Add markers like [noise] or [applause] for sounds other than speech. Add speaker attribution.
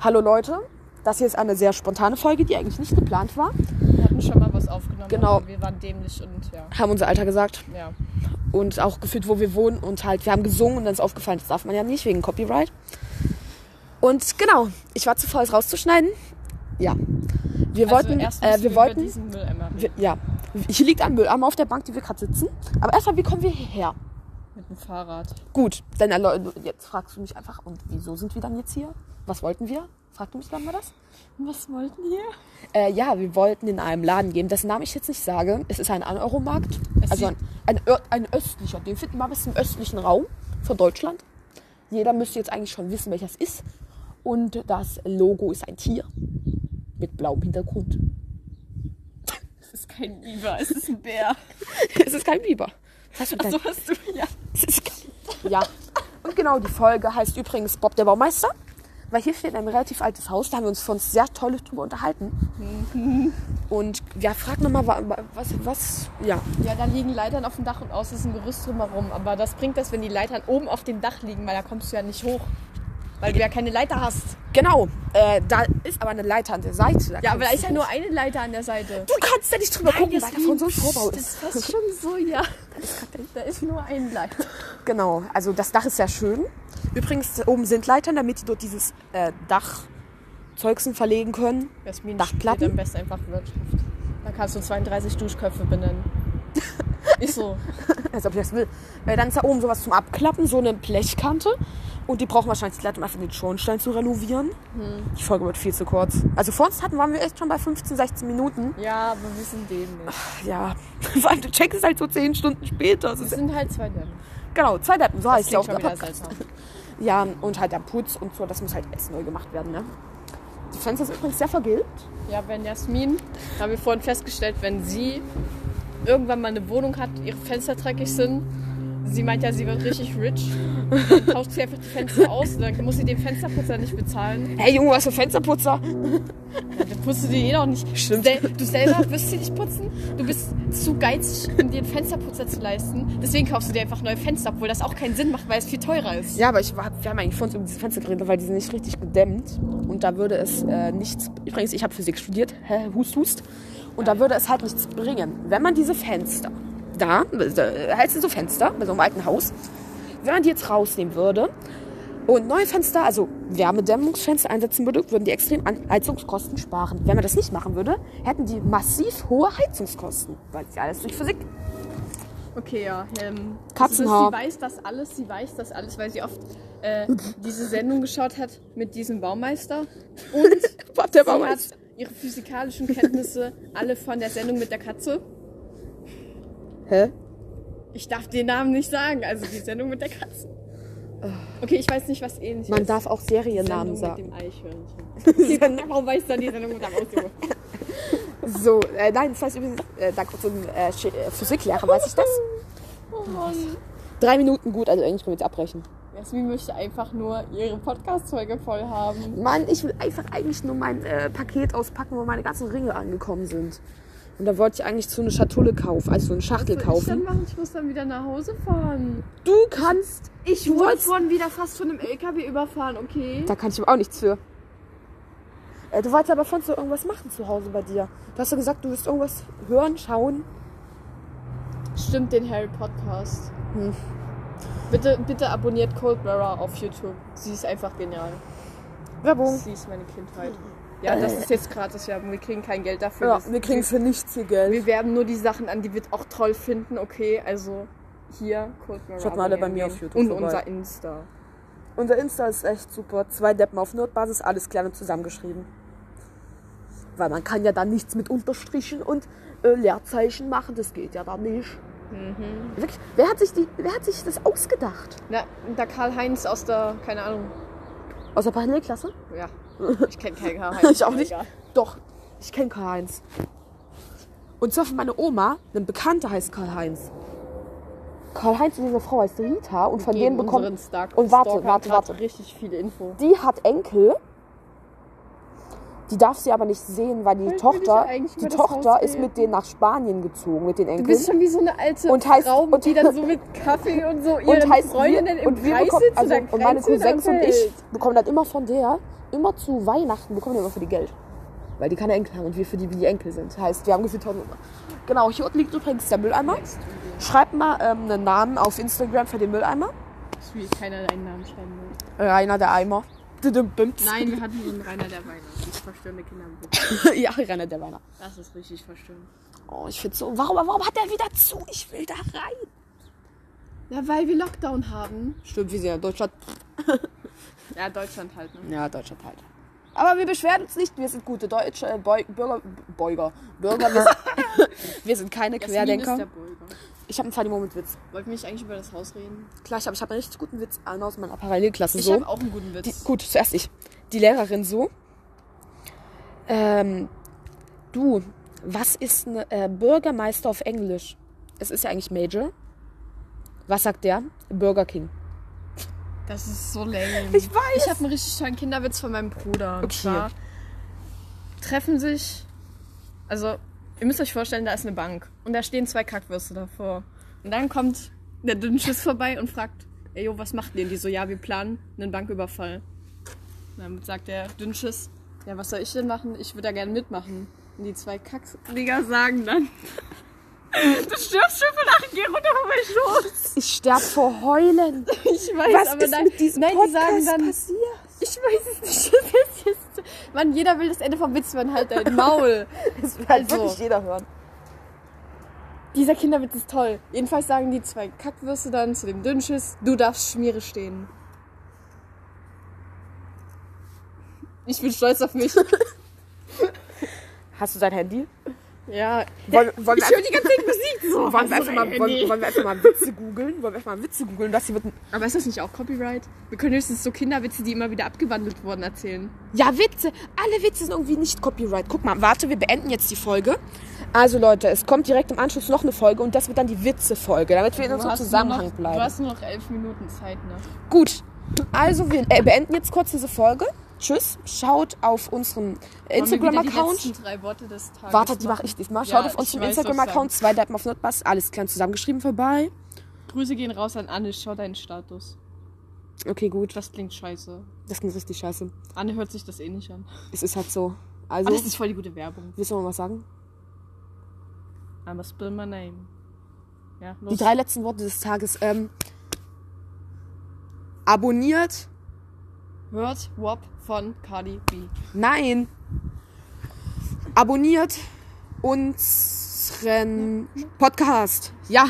Speaker 1: Hallo Leute, das hier ist eine sehr spontane Folge, die eigentlich nicht geplant war.
Speaker 2: Wir hatten schon mal was aufgenommen.
Speaker 1: Genau.
Speaker 2: aber Wir waren dämlich und ja.
Speaker 1: Haben unser Alter gesagt
Speaker 2: ja.
Speaker 1: und auch gefühlt, wo wir wohnen und halt, wir haben gesungen und dann ist aufgefallen, das darf man ja nicht wegen Copyright. Und genau, ich war zu faul, es rauszuschneiden. Ja. Wir wollten,
Speaker 2: also erst
Speaker 1: äh,
Speaker 2: müssen
Speaker 1: wir
Speaker 2: über
Speaker 1: wollten,
Speaker 2: diesen Mülleimer reden.
Speaker 1: wir, ja. Hier liegt ein Mülleimer auf der Bank, die wir gerade sitzen. Aber erstmal, wie kommen wir hierher?
Speaker 2: mit dem Fahrrad.
Speaker 1: Gut, dann erläu- jetzt fragst du mich einfach, und wieso sind wir dann jetzt hier? Was wollten wir? Fragt du mich dann mal das?
Speaker 2: Was wollten wir?
Speaker 1: Äh, ja, wir wollten in einem Laden gehen, dessen Namen ich jetzt nicht sage. Es ist ein 1-Euro-Markt.
Speaker 2: Es
Speaker 1: Also ein,
Speaker 2: sieht-
Speaker 1: ein, Ö- ein östlicher. Den finden wir bis im östlichen Raum von Deutschland. Jeder müsste jetzt eigentlich schon wissen, welches ist. Und das Logo ist ein Tier mit blauem Hintergrund.
Speaker 2: Es ist kein Biber, es ist
Speaker 1: [laughs]
Speaker 2: ein Bär.
Speaker 1: [laughs] es ist kein Biber. Was hast du denn?
Speaker 2: So hast du ja.
Speaker 1: Es ist kein- ja. Und genau, die Folge heißt übrigens Bob der Baumeister. Weil hier steht ein relativ altes Haus, da haben wir uns von sehr toll drüber unterhalten. Mhm. Und ja, frag nochmal, was, was, ja,
Speaker 2: Ja, da liegen Leitern auf dem Dach und außen ist ein Gerüst drumherum. Aber das bringt das, wenn die Leitern oben auf dem Dach liegen, weil da kommst du ja nicht hoch. Weil du ja keine Leiter hast.
Speaker 1: Genau, äh, da ist aber eine Leiter an der Seite.
Speaker 2: Ja, aber da
Speaker 1: kannst
Speaker 2: ist ja
Speaker 1: du-
Speaker 2: nur eine Leiter an der Seite.
Speaker 1: Du kannst da nicht drüber gucken, weil
Speaker 2: das
Speaker 1: da von so einem
Speaker 2: liegt-
Speaker 1: Vorbau
Speaker 2: Das
Speaker 1: ist.
Speaker 2: ist fast schon so, ja. Da ist nur ein Leiter.
Speaker 1: [laughs] Genau, also das Dach ist sehr schön. Übrigens, äh, oben sind Leitern, damit die dort dieses äh, Dachzeugsen verlegen können. [laughs]
Speaker 2: Jasmin
Speaker 1: Dachplatten?
Speaker 2: studiert am besten einfach Wirtschaft. Da kannst du 32
Speaker 1: [laughs]
Speaker 2: Duschköpfe benennen. Ist so.
Speaker 1: Als ob ich das will. Äh, dann ist da oben sowas zum Abklappen, so eine Blechkante. Und die brauchen wahrscheinlich die Leiter, um einfach den Schornstein zu renovieren.
Speaker 2: Hm.
Speaker 1: Die Folge wird viel zu kurz. Also vor uns hatten, waren wir echt schon bei 15, 16 Minuten. [laughs]
Speaker 2: Ja, aber wir sind dämlich.
Speaker 1: Ja, [laughs] vor allem du checkst es halt so 10 Stunden später. Das
Speaker 2: Wir
Speaker 1: ist,
Speaker 2: sind halt zwei Dämmen.
Speaker 1: genau, zwei Deppen, so
Speaker 2: Das
Speaker 1: heißt ja auch
Speaker 2: klingt schon
Speaker 1: der
Speaker 2: wieder
Speaker 1: Podcast.
Speaker 2: seltsam.
Speaker 1: Ja, und halt der Putz und so, das muss halt erst neu gemacht werden, ne? Die Fenster sind übrigens sehr vergilbt.
Speaker 2: Ja, wenn Jasmin, haben wir vorhin festgestellt, wenn sie irgendwann mal eine Wohnung hat, ihre Fenster dreckig sind, sie meint ja, sie wird richtig rich, dann tauscht sie einfach die Fenster aus und dann muss sie den Fensterputzer nicht bezahlen.
Speaker 1: Hey Junge, was für Fensterputzer?
Speaker 2: Ja, dann putzt du die eh noch nicht.
Speaker 1: Stimmt.
Speaker 2: Sel- Du selber wirst sie nicht putzen. Du bist zu geizig, um dir einen Fensterputzer zu leisten. Deswegen kaufst du dir einfach neue Fenster, obwohl das auch keinen Sinn macht, weil es viel teurer ist.
Speaker 1: Ja, aber ich war, wir haben eigentlich vor uns über diese Fenster geredet, weil die sind nicht richtig gedämmt. Und da würde es äh, nichts. Übrigens, ich habe Physik studiert. [laughs] Hä, hust, hust. Und da würde es halt nichts bringen, wenn man diese Fenster da, da halt sind so Fenster bei so einem alten Haus, wenn man die jetzt rausnehmen würde und neue Fenster, also Wärmedämmungsfenster einsetzen würde, würden die extrem an Heizungskosten sparen. Wenn man das nicht machen würde, hätten die massiv hohe Heizungskosten, weil es ja alles durch Physik
Speaker 2: Okay, ja. Ähm,
Speaker 1: Katzenhaar.
Speaker 2: Sie weiß das alles, sie weiß das alles, weil sie oft äh, diese Sendung geschaut hat mit diesem Baumeister. Und
Speaker 1: Bob der
Speaker 2: sie hat
Speaker 1: Baumeister.
Speaker 2: ihre physikalischen Kenntnisse alle von der Sendung mit der Katze.
Speaker 1: Hä?
Speaker 2: Ich darf den Namen nicht sagen, also die Sendung mit der Katze. Okay, ich weiß nicht, was ähnlich
Speaker 1: Oh. Man
Speaker 2: ist.
Speaker 1: darf auch Seriennamen
Speaker 2: Sendung
Speaker 1: sagen.
Speaker 2: mit dem Eichhörnchen. [laughs] Okay, warum weiß dann die Sendung mit dem Ausdruck?
Speaker 1: So, äh, nein, das heißt übrigens, äh, dank unserem äh, Sch- äh, Physiklehrer weiß ich das.
Speaker 2: Oh Mann.
Speaker 1: Drei Minuten gut, also eigentlich können wir jetzt abbrechen.
Speaker 2: Jasmin möchte einfach nur ihre Podcast-Folge voll haben.
Speaker 1: Mann, ich will einfach eigentlich nur mein äh, Paket auspacken, wo meine ganzen Ringe angekommen sind. Und da wollte ich eigentlich so eine Schatulle kaufen, also so eine Schachtel
Speaker 2: Was soll ich dann
Speaker 1: kaufen.
Speaker 2: machen? Ich muss dann wieder nach Hause fahren.
Speaker 1: Du kannst.
Speaker 2: Ich
Speaker 1: Du
Speaker 2: wurde
Speaker 1: wolltest-
Speaker 2: vorhin wieder fast von einem LKW überfahren, okay?
Speaker 1: Da kann ich aber auch nichts für. Äh, du wolltest aber von so irgendwas machen zu Hause bei dir. Du hast ja gesagt, du willst irgendwas hören, schauen.
Speaker 2: Stimmt den Harry Podcast.
Speaker 1: Hm.
Speaker 2: Bitte, bitte abonniert Coldbearer auf YouTube. Sie ist einfach genial.
Speaker 1: Werbung.
Speaker 2: Sie ist meine Kindheit. Ja, das ist jetzt gratis Werbung. Wir kriegen kein Geld dafür.
Speaker 1: Ja,
Speaker 2: Das-
Speaker 1: wir kriegen für nichts viel Geld.
Speaker 2: wir werben nur die Sachen an, die wir auch toll finden, okay? Also hier Coldbearer.
Speaker 1: Schaut mal alle bei
Speaker 2: abonnieren
Speaker 1: mir
Speaker 2: gehen.
Speaker 1: auf YouTube
Speaker 2: Und
Speaker 1: vorbei.
Speaker 2: unser Insta.
Speaker 1: Unser Insta ist echt super. Zwei Deppen auf Nerdbasis, alles klein und zusammengeschrieben. Weil man kann ja dann nichts mit Unterstrichen und äh, Leerzeichen machen, das geht ja dann nicht.
Speaker 2: Mhm.
Speaker 1: Wirklich, wer hat, sich die, wer hat sich das ausgedacht?
Speaker 2: Na, der Karl-Heinz aus der, keine Ahnung,
Speaker 1: Aus der Parallelklasse?
Speaker 2: [laughs] ja. Ich kenne keinen [laughs] Karl-Heinz.
Speaker 1: [laughs] Ich auch
Speaker 2: aber
Speaker 1: nicht.
Speaker 2: egal.
Speaker 1: Doch, ich kenne Karl-Heinz. Und zwar von meiner Oma, ein Bekannter heißt Karl-Heinz. Karl-Heinz und seine Frau heißt Rita und von denen
Speaker 2: Geben
Speaker 1: bekommt
Speaker 2: unseren Stark
Speaker 1: Und warte,
Speaker 2: Stalker
Speaker 1: warte,
Speaker 2: grad
Speaker 1: warte.
Speaker 2: richtig viel Info.
Speaker 1: die hat Enkel. Die darf sie aber nicht sehen, weil die
Speaker 2: will ich
Speaker 1: Tochter,
Speaker 2: eigentlich über
Speaker 1: die
Speaker 2: das
Speaker 1: Tochter
Speaker 2: Haus
Speaker 1: ist
Speaker 2: reden?
Speaker 1: mit denen nach Spanien gezogen, mit den
Speaker 2: Du
Speaker 1: Enkeln.
Speaker 2: bist schon wie so eine alte
Speaker 1: Und heißt-
Speaker 2: Frau,
Speaker 1: und-
Speaker 2: die dann so [laughs] mit Kaffee und so
Speaker 1: und
Speaker 2: ihren
Speaker 1: heißt
Speaker 2: Freundinnen
Speaker 1: wir,
Speaker 2: im
Speaker 1: und wir
Speaker 2: Kreis
Speaker 1: bekommen,
Speaker 2: sitzt
Speaker 1: also,
Speaker 2: und, dann
Speaker 1: und meine
Speaker 2: kränzt sie dann
Speaker 1: Cousins und ich
Speaker 2: Geld.
Speaker 1: bekommen das immer von der, immer zu Weihnachten bekommen wir immer für die Geld. Weil die keine Enkel haben und wir für die wie die Enkel sind. Heißt, wir haben gefühlt tausend Genau, hier unten liegt übrigens der Mülleimer. Schreibt mal ähm, einen Namen auf Instagram für den Mülleimer.
Speaker 2: Wie keiner deinen Namen schreiben will.
Speaker 1: Rainer der Eimer. Didim Bims.
Speaker 2: Nein, wir hatten so einen Rainer der Weihnacht. Das verstörende
Speaker 1: [laughs]
Speaker 2: Kinderbuch.
Speaker 1: ja, Rainer der Weiner.
Speaker 2: Das ist richtig verstörend.
Speaker 1: Oh, ich finde so. Warum, warum hat der wieder zu? Ich will da rein.
Speaker 2: Ja, weil wir Lockdown haben.
Speaker 1: Stimmt, wir sind ja in Deutschland.
Speaker 2: Ja, Deutschland halt, ne?
Speaker 1: Ja, Deutschland halt. Aber wir beschweren uns nicht. Wir sind gute Deutsche, äh, Beu Bürger, Bürger, Bürger. Wir sind, [laughs] wir sind keine Querdenker.
Speaker 2: Bürger.
Speaker 1: Ich habe einen funny moment Witz.
Speaker 2: Wollten wir nicht eigentlich über das Haus reden?
Speaker 1: Klar, ich habe ich hab einen richtig guten Witz einer aus meiner Parallelklasse.
Speaker 2: Ich
Speaker 1: so.
Speaker 2: habe auch einen guten
Speaker 1: Die,
Speaker 2: Witz.
Speaker 1: gut, zuerst ich. Die Lehrerin so. Ähm, du, was ist ein äh, Bürgermeister auf Englisch? Es ist ja eigentlich Major. Was sagt der? Burger King.
Speaker 2: Das ist so lame.
Speaker 1: Ich weiß.
Speaker 2: Ich habe einen richtig tollen Kinderwitz von meinem Bruder. Und
Speaker 1: Okay.
Speaker 2: zwar treffen sich, also ihr müsst euch vorstellen, da ist eine Bank und da stehen zwei Kackwürste davor. Und dann kommt der Dünnschiss vorbei und fragt, ey, jo, was macht ihr? Und die so, ja, wir planen einen Banküberfall. Und dann sagt der Dünnschiss, ja, was soll ich denn machen? Ich würde da gerne mitmachen. Und die zwei Kacksliger sagen dann, du stirbst schon von Acht, geh runter von meinem Schoß.
Speaker 1: Ich sterb vor
Speaker 2: [laughs]
Speaker 1: Heulen.
Speaker 2: Ich weiß,
Speaker 1: Was
Speaker 2: aber
Speaker 1: ist
Speaker 2: dann,
Speaker 1: mit diesem
Speaker 2: nein, die
Speaker 1: Podcast
Speaker 2: sagen dann,
Speaker 1: passiert?
Speaker 2: ich weiß es nicht. [laughs] Das ist jetzt. Mann, jeder will das Ende vom Witz, man halt dein Maul.
Speaker 1: Das will halt
Speaker 2: Also.
Speaker 1: wirklich jeder hören.
Speaker 2: [laughs] Dieser Kinderwitz ist toll. Jedenfalls sagen die zwei Kackwürste dann zu dem Dünnschiss, du darfst Schmiere stehen. Ich bin stolz auf [laughs] mich.
Speaker 1: Hast du dein Handy?
Speaker 2: Ja.
Speaker 1: Wollen, wollen
Speaker 2: Ich höre die ganze Zeit [laughs] Musik. So, äh,
Speaker 1: wollen wir einfach mal,
Speaker 2: Sorry,
Speaker 1: wollen,
Speaker 2: Handy.
Speaker 1: wollen wir einfach mal Witze googeln? Wollen wir einfach mal Witze googeln? Das hier wird ein
Speaker 2: Aber ist das nicht auch Copyright? Wir können höchstens so Kinderwitze, die immer wieder abgewandelt wurden, erzählen.
Speaker 1: Ja, Witze. Alle Witze sind irgendwie nicht Copyright. Guck mal, warte, wir beenden jetzt die Folge. Also Leute, es kommt direkt im Anschluss noch eine Folge und das wird dann die Witze-Folge, damit wir in unserem Zusammenhang
Speaker 2: noch,
Speaker 1: bleiben.
Speaker 2: Du hast nur noch elf Minuten Zeit, ne?
Speaker 1: Gut, also wir äh, beenden jetzt kurz diese Folge. Tschüss, schaut auf unseren
Speaker 2: Wollen wir wieder Die
Speaker 1: Instagram-Account.
Speaker 2: letzten drei Worte des Tages
Speaker 1: Wartet, die
Speaker 2: machen?
Speaker 1: mache ich diesmal.
Speaker 2: Ja,
Speaker 1: Schaut auf
Speaker 2: ich
Speaker 1: unseren
Speaker 2: weiß, was
Speaker 1: Instagram-Account, zwei Deppen auf Notbass, alles klein zusammengeschrieben vorbei.
Speaker 2: Grüße gehen raus an Anne, schau deinen Status.
Speaker 1: Okay, gut,
Speaker 2: Das klingt scheiße.
Speaker 1: das klingt richtig scheiße.
Speaker 2: Anne hört sich das eh nicht an.
Speaker 1: Es ist halt so.
Speaker 2: Aber
Speaker 1: Also,
Speaker 2: das ist voll die gute Werbung.
Speaker 1: willst du noch was sagen?
Speaker 2: I must spill my name. Ja, los.
Speaker 1: Die drei letzten Worte des Tages. Ähm, abonniert.
Speaker 2: Hört Wop von Cardi B.
Speaker 1: Nein. Abonniert unseren Podcast. Ja.